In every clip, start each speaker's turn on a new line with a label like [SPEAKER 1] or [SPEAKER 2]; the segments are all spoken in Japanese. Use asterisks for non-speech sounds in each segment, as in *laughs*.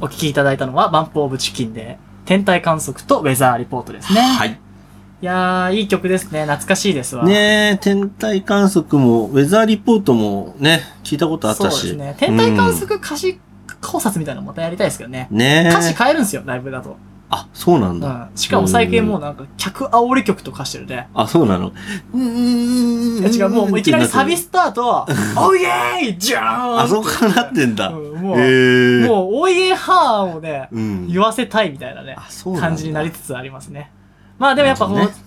[SPEAKER 1] お聞きいただいたのは、バンプオブチキンで、天体観測とウェザーリポートですね。い。
[SPEAKER 2] はい。
[SPEAKER 1] やー、いい曲ですね。懐かしいですわ。
[SPEAKER 2] ねえ、天体観測も、ウェザーリポートもね、聞いたことあっ
[SPEAKER 1] そう
[SPEAKER 2] た
[SPEAKER 1] で
[SPEAKER 2] し。
[SPEAKER 1] すね。天体観測歌詞考察みたいなのまたやりたいですけどね。
[SPEAKER 2] うん。ねえ。
[SPEAKER 1] 歌詞変えるんですよ、ライブだと。
[SPEAKER 2] あ、そうなん
[SPEAKER 1] う
[SPEAKER 2] だ。
[SPEAKER 1] ん。しかも最近もうなんか、客煽り曲とかしてるね。
[SPEAKER 2] あ、そうなの。うーん
[SPEAKER 1] いや違う、もういきなりサビ
[SPEAKER 2] ス。
[SPEAKER 1] スタート、おいえーいじゃーん
[SPEAKER 2] あ、そうかなってんだ。
[SPEAKER 1] うん
[SPEAKER 2] へ
[SPEAKER 1] もう、
[SPEAKER 2] え。
[SPEAKER 1] もう、おいえーはーをね、
[SPEAKER 2] う、ん。
[SPEAKER 1] 言わせたいみたいなね、
[SPEAKER 2] あ、そうなんだ
[SPEAKER 1] 感じになりつつありますね。まあでもやっぱこう、
[SPEAKER 2] なるほど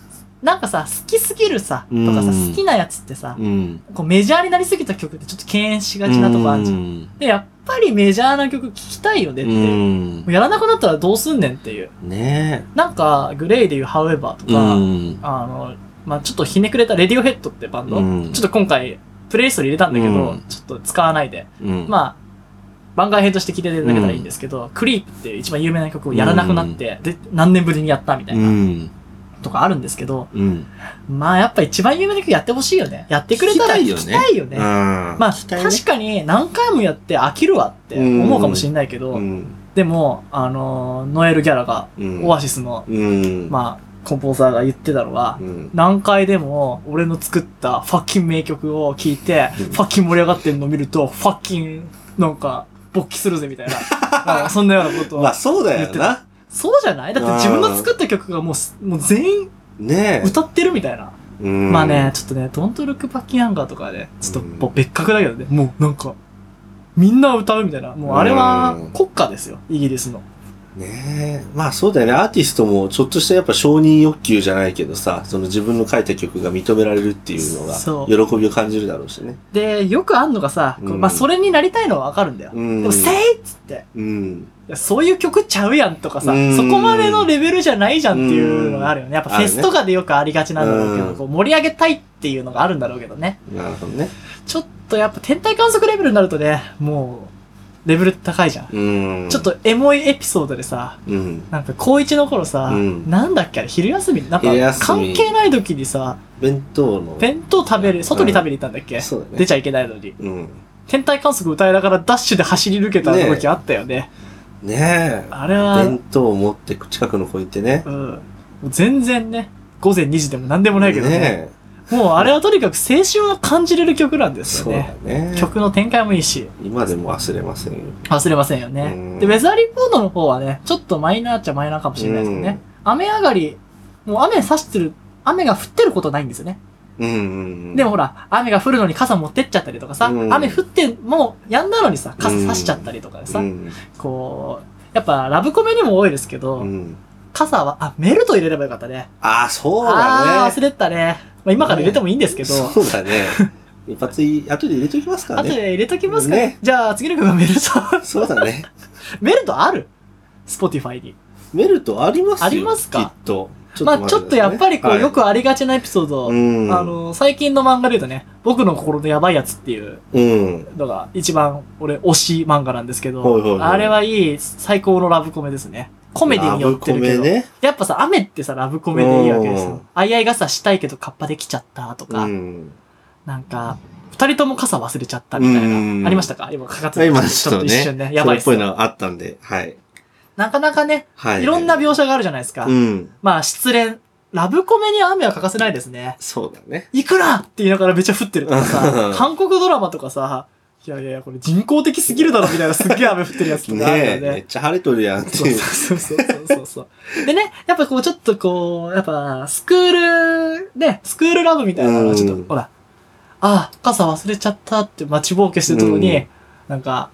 [SPEAKER 1] なんかさ、好きすぎるさ、とかさ、
[SPEAKER 2] うん
[SPEAKER 1] 好きなやつってさ、
[SPEAKER 2] うん。
[SPEAKER 1] こうメジャーになりすぎた曲ってちょっと敬遠しがちなとこあるじゃん。
[SPEAKER 2] ん。
[SPEAKER 1] で、やっぱりメジャーな曲聴きたいよねっ
[SPEAKER 2] う
[SPEAKER 1] ていう。
[SPEAKER 2] ん
[SPEAKER 1] もう。やらなくなったらどうすんねんっていう。
[SPEAKER 2] ね
[SPEAKER 1] なんか、グレイで言う However と
[SPEAKER 2] え。う
[SPEAKER 1] か、
[SPEAKER 2] ん。
[SPEAKER 1] あの、まあちょっとひねくれたレディオヘッドってバンド、
[SPEAKER 2] うん
[SPEAKER 1] ちょっと今回、プレイリストに入れたんだけど、
[SPEAKER 2] うん
[SPEAKER 1] ちょっと使わないで。
[SPEAKER 2] うん。あ、。
[SPEAKER 1] まあ、番外編として聞いていただけたらいいんですけど、クリープっていう一番有名な曲をやらなくなって、で、何年ぶりにやったみたいうなんとかあるんですけど、
[SPEAKER 2] うん。
[SPEAKER 1] まあやっぱ一番有名な曲やってほしいよね。やってくれたら
[SPEAKER 2] 聞
[SPEAKER 1] 聞き
[SPEAKER 2] きた
[SPEAKER 1] たいよね。ま
[SPEAKER 2] ま
[SPEAKER 1] あ、確かに何回もやって飽きるわって思うかもしれないけど、
[SPEAKER 2] うん。
[SPEAKER 1] でも、あのーノエル・ギャラが、
[SPEAKER 2] うん
[SPEAKER 1] オアシスの、
[SPEAKER 2] うん。
[SPEAKER 1] まあ、コンポーザーが言ってたのは
[SPEAKER 2] あ、うん。
[SPEAKER 1] 何回でも俺の作ったファッキン名曲を聴いて、
[SPEAKER 2] うん
[SPEAKER 1] ファッキン盛り上がってるのを見ると、ファッキン、なんか、勃起するぜみたい
[SPEAKER 2] *laughs*
[SPEAKER 1] な。なんかそんなようなことを
[SPEAKER 2] まあ、。そうだよな。
[SPEAKER 1] そうじゃないだって自分の作った曲がもうす、もう全員
[SPEAKER 2] ねえ。
[SPEAKER 1] 歌ってるみたいな。
[SPEAKER 2] うん
[SPEAKER 1] まあね、。ちょっとね、Don't Look Back in Anger とかね、ちょっともう別格だけどね、もうなんか、みんな歌うみたいな。もうあれは
[SPEAKER 2] うん
[SPEAKER 1] 国家ですよ、イギリスの。
[SPEAKER 2] ねえ。まあそうだよね。アーティストもちょっとしたやっぱ承認欲求じゃないけどさ、その自分の書いた曲が認められるっていうのが、
[SPEAKER 1] そ
[SPEAKER 2] 喜びを感じるだろうしね。
[SPEAKER 1] で、よくあんのがさ、こう
[SPEAKER 2] うん
[SPEAKER 1] まあそれになりたいのはわかるんだよ。
[SPEAKER 2] うん
[SPEAKER 1] でも、せいっつって、
[SPEAKER 2] うん。
[SPEAKER 1] いやそういう曲ちゃうやんとかさ、
[SPEAKER 2] うん
[SPEAKER 1] そこまでのレベルじゃないじゃんっていうのがあるよね。やっぱフェスとかでよくありがちなんだろうけど、
[SPEAKER 2] うん
[SPEAKER 1] こう盛り上げたいっていうのがあるんだろうけどね。
[SPEAKER 2] なるほどね。
[SPEAKER 1] ちょっとやっぱ天体観測レベルになるとね、もう、レベル高いじゃん。
[SPEAKER 2] うん。
[SPEAKER 1] ちょっ、とエモいエピソードでさ、
[SPEAKER 2] うん。
[SPEAKER 1] なんか高一の頃さ、
[SPEAKER 2] うん
[SPEAKER 1] なんだっけあれ昼休みなんか
[SPEAKER 2] 昼休み
[SPEAKER 1] 関係ない時にさ、
[SPEAKER 2] 弁当の。
[SPEAKER 1] 弁当食べる、外に食べに行ったんだっけ、
[SPEAKER 2] そうだね。
[SPEAKER 1] 出ちゃいけないのに。
[SPEAKER 2] うん。
[SPEAKER 1] 天体観測歌いながらダッシュで走り抜けた時あったよね。
[SPEAKER 2] ねえ。
[SPEAKER 1] あれは、
[SPEAKER 2] 弁当を持って近くの子行ってね。
[SPEAKER 1] うん。もう全然ね、午前2時でも何でもないけどね。
[SPEAKER 2] ね
[SPEAKER 1] もうあれはとにかく青春を感じれる曲なんで
[SPEAKER 2] え。
[SPEAKER 1] す
[SPEAKER 2] そ
[SPEAKER 1] よ
[SPEAKER 2] うだ
[SPEAKER 1] ね。
[SPEAKER 2] ね。
[SPEAKER 1] 曲の展開もいいし、
[SPEAKER 2] 今でも忘れませんよ。
[SPEAKER 1] 忘れませんよ
[SPEAKER 2] う
[SPEAKER 1] ね
[SPEAKER 2] ん。
[SPEAKER 1] で、ウェザーリポートの方はね、ちょっとマイナーっちゃマイナーかもしれないですけどね。雨上がり、もう雨差してる、雨が降ってることないんですよね。
[SPEAKER 2] うんうんうん。
[SPEAKER 1] でもほら、雨が降るのに傘持ってっちゃったりとかさ、
[SPEAKER 2] うん
[SPEAKER 1] 雨降って、もうやんだのにさ、傘差しちゃったりとかでさ、
[SPEAKER 2] うん。
[SPEAKER 1] こう、やっぱラブコメにも多いですけど、
[SPEAKER 2] うん。
[SPEAKER 1] 傘は、あ、メルト入れればよかったね。
[SPEAKER 2] ああ、そう
[SPEAKER 1] あ
[SPEAKER 2] だ
[SPEAKER 1] あ
[SPEAKER 2] ね
[SPEAKER 1] ー、忘。れてたね。まあ、今から入れてもいいんですけど、
[SPEAKER 2] そうだ
[SPEAKER 1] *laughs*
[SPEAKER 2] ね。一発い、後で入れときますから
[SPEAKER 1] 後で
[SPEAKER 2] ね。
[SPEAKER 1] 入れときますか、
[SPEAKER 2] ね
[SPEAKER 1] じゃあ次の曲はメルト。 *laughs*
[SPEAKER 2] そうだね。
[SPEAKER 1] メルトあるスポティファイに。
[SPEAKER 2] メルトありますよ
[SPEAKER 1] ありますか
[SPEAKER 2] きっと。
[SPEAKER 1] まあちょっとやっぱりこう、よ
[SPEAKER 2] あ
[SPEAKER 1] くありがちなエピソード、
[SPEAKER 2] うん
[SPEAKER 1] あの、最近の漫画で言うとね、僕の心のやばいやつっていう
[SPEAKER 2] うん。
[SPEAKER 1] のが一番俺推し漫画なんですけど、
[SPEAKER 2] はいはいはい
[SPEAKER 1] あれはいい最高のラブコメですね。コメディによってるけ
[SPEAKER 2] ラブ
[SPEAKER 1] ど、
[SPEAKER 2] コメね。
[SPEAKER 1] やっぱさ、雨ってさ、ラブコメでいいわけです
[SPEAKER 2] うん
[SPEAKER 1] よ。あいあい傘したいけどカッパできちゃったとか、
[SPEAKER 2] うん。
[SPEAKER 1] なんか、二人とも傘忘れちゃったみたい
[SPEAKER 2] うん
[SPEAKER 1] な。ありましたか今かかってた
[SPEAKER 2] 今ちょっとね、
[SPEAKER 1] 一瞬ね、やばいっ
[SPEAKER 2] そ
[SPEAKER 1] す
[SPEAKER 2] れっぽい
[SPEAKER 1] よ。
[SPEAKER 2] のあったんで、はい。
[SPEAKER 1] なかなかね、
[SPEAKER 2] はい。
[SPEAKER 1] いろんな描写があるじゃないですか。
[SPEAKER 2] うん。
[SPEAKER 1] まあ、失恋。ラブコメに雨は欠かせないですね。
[SPEAKER 2] そうだね。
[SPEAKER 1] いくらって言いながらめっちゃ降ってるとか
[SPEAKER 2] うん
[SPEAKER 1] さ、韓国ドラマとかさ、いやいやいや、これ人工的すぎるだろみたいなすっげえ雨降ってるやつと
[SPEAKER 2] *laughs* ね
[SPEAKER 1] かある
[SPEAKER 2] え、
[SPEAKER 1] よ
[SPEAKER 2] め
[SPEAKER 1] ね
[SPEAKER 2] っ。ちゃ晴れとるやんって
[SPEAKER 1] そう
[SPEAKER 2] いう。
[SPEAKER 1] そうそうそうそうそう。でね、やっぱこうちょっとこう、やっぱスクール、ね、スクールラブみたいなのがちょっと、
[SPEAKER 2] うん
[SPEAKER 1] ほら、ああ、傘忘れちゃったって待ちぼうけしてるとこに、
[SPEAKER 2] うん
[SPEAKER 1] なんか、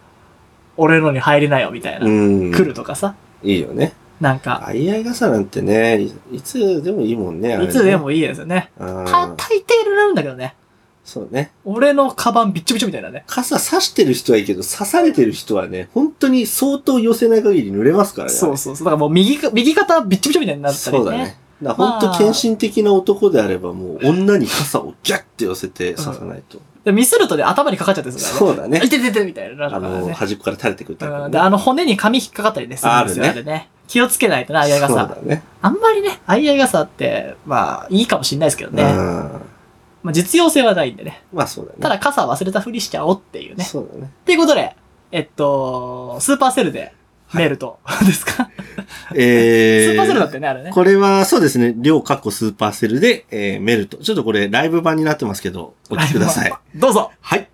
[SPEAKER 1] 俺のに入れなよみたいな、
[SPEAKER 2] うん。
[SPEAKER 1] 来るとかさ、
[SPEAKER 2] いいよね。
[SPEAKER 1] なんか、
[SPEAKER 2] あいあい傘なんてね、いいつでもいいもんね、あれね
[SPEAKER 1] いつで。もいいですよね。
[SPEAKER 2] あ
[SPEAKER 1] た、大
[SPEAKER 2] ー
[SPEAKER 1] 抵入れられるんだけどね。
[SPEAKER 2] そうね。
[SPEAKER 1] 俺のカバンびっちょびちょみたいなね。
[SPEAKER 2] 傘差してる人はいいけど、刺されてる人はね、本当に相当寄せない限り濡れますからね。
[SPEAKER 1] そうそうそう。だからもう右か、右肩びっちょびちょみたいになったりね。
[SPEAKER 2] そうだね。だから本当献身的な男であれば、もう女に傘をギャッて寄せて刺さないと。
[SPEAKER 1] でミスるとね、頭にかかっちゃってるんですからね。
[SPEAKER 2] そうだね
[SPEAKER 1] い。てててみたいな。
[SPEAKER 2] あ
[SPEAKER 1] なんか
[SPEAKER 2] の、
[SPEAKER 1] ね。
[SPEAKER 2] 端っこから垂れてくるタイプの
[SPEAKER 1] う
[SPEAKER 2] ね
[SPEAKER 1] んで、あの骨に髪引っかかったりね、するんですよ、
[SPEAKER 2] あ
[SPEAKER 1] あれ
[SPEAKER 2] る
[SPEAKER 1] ね。気をつけないとな、あいあい
[SPEAKER 2] そう
[SPEAKER 1] 傘。
[SPEAKER 2] だね。
[SPEAKER 1] あんまりね、あいあい傘って、まあ、いいかもしれないですけどね。
[SPEAKER 2] うん
[SPEAKER 1] まあ、実用性はないんでね。
[SPEAKER 2] まあそうだね。
[SPEAKER 1] ただ、傘忘れたふりしちゃおうっていうね。
[SPEAKER 2] そうだね。
[SPEAKER 1] っていうことで、えっと、スーパーセルで、メールと。 *laughs* ですか、
[SPEAKER 2] えー、
[SPEAKER 1] スーパーセルだったよね、あれね。
[SPEAKER 2] これはそうですね、量かっこスーパーセルで、えーメルト。ちょっとこれライブ版になってますけど、お聞きください。
[SPEAKER 1] どうぞ
[SPEAKER 2] はい。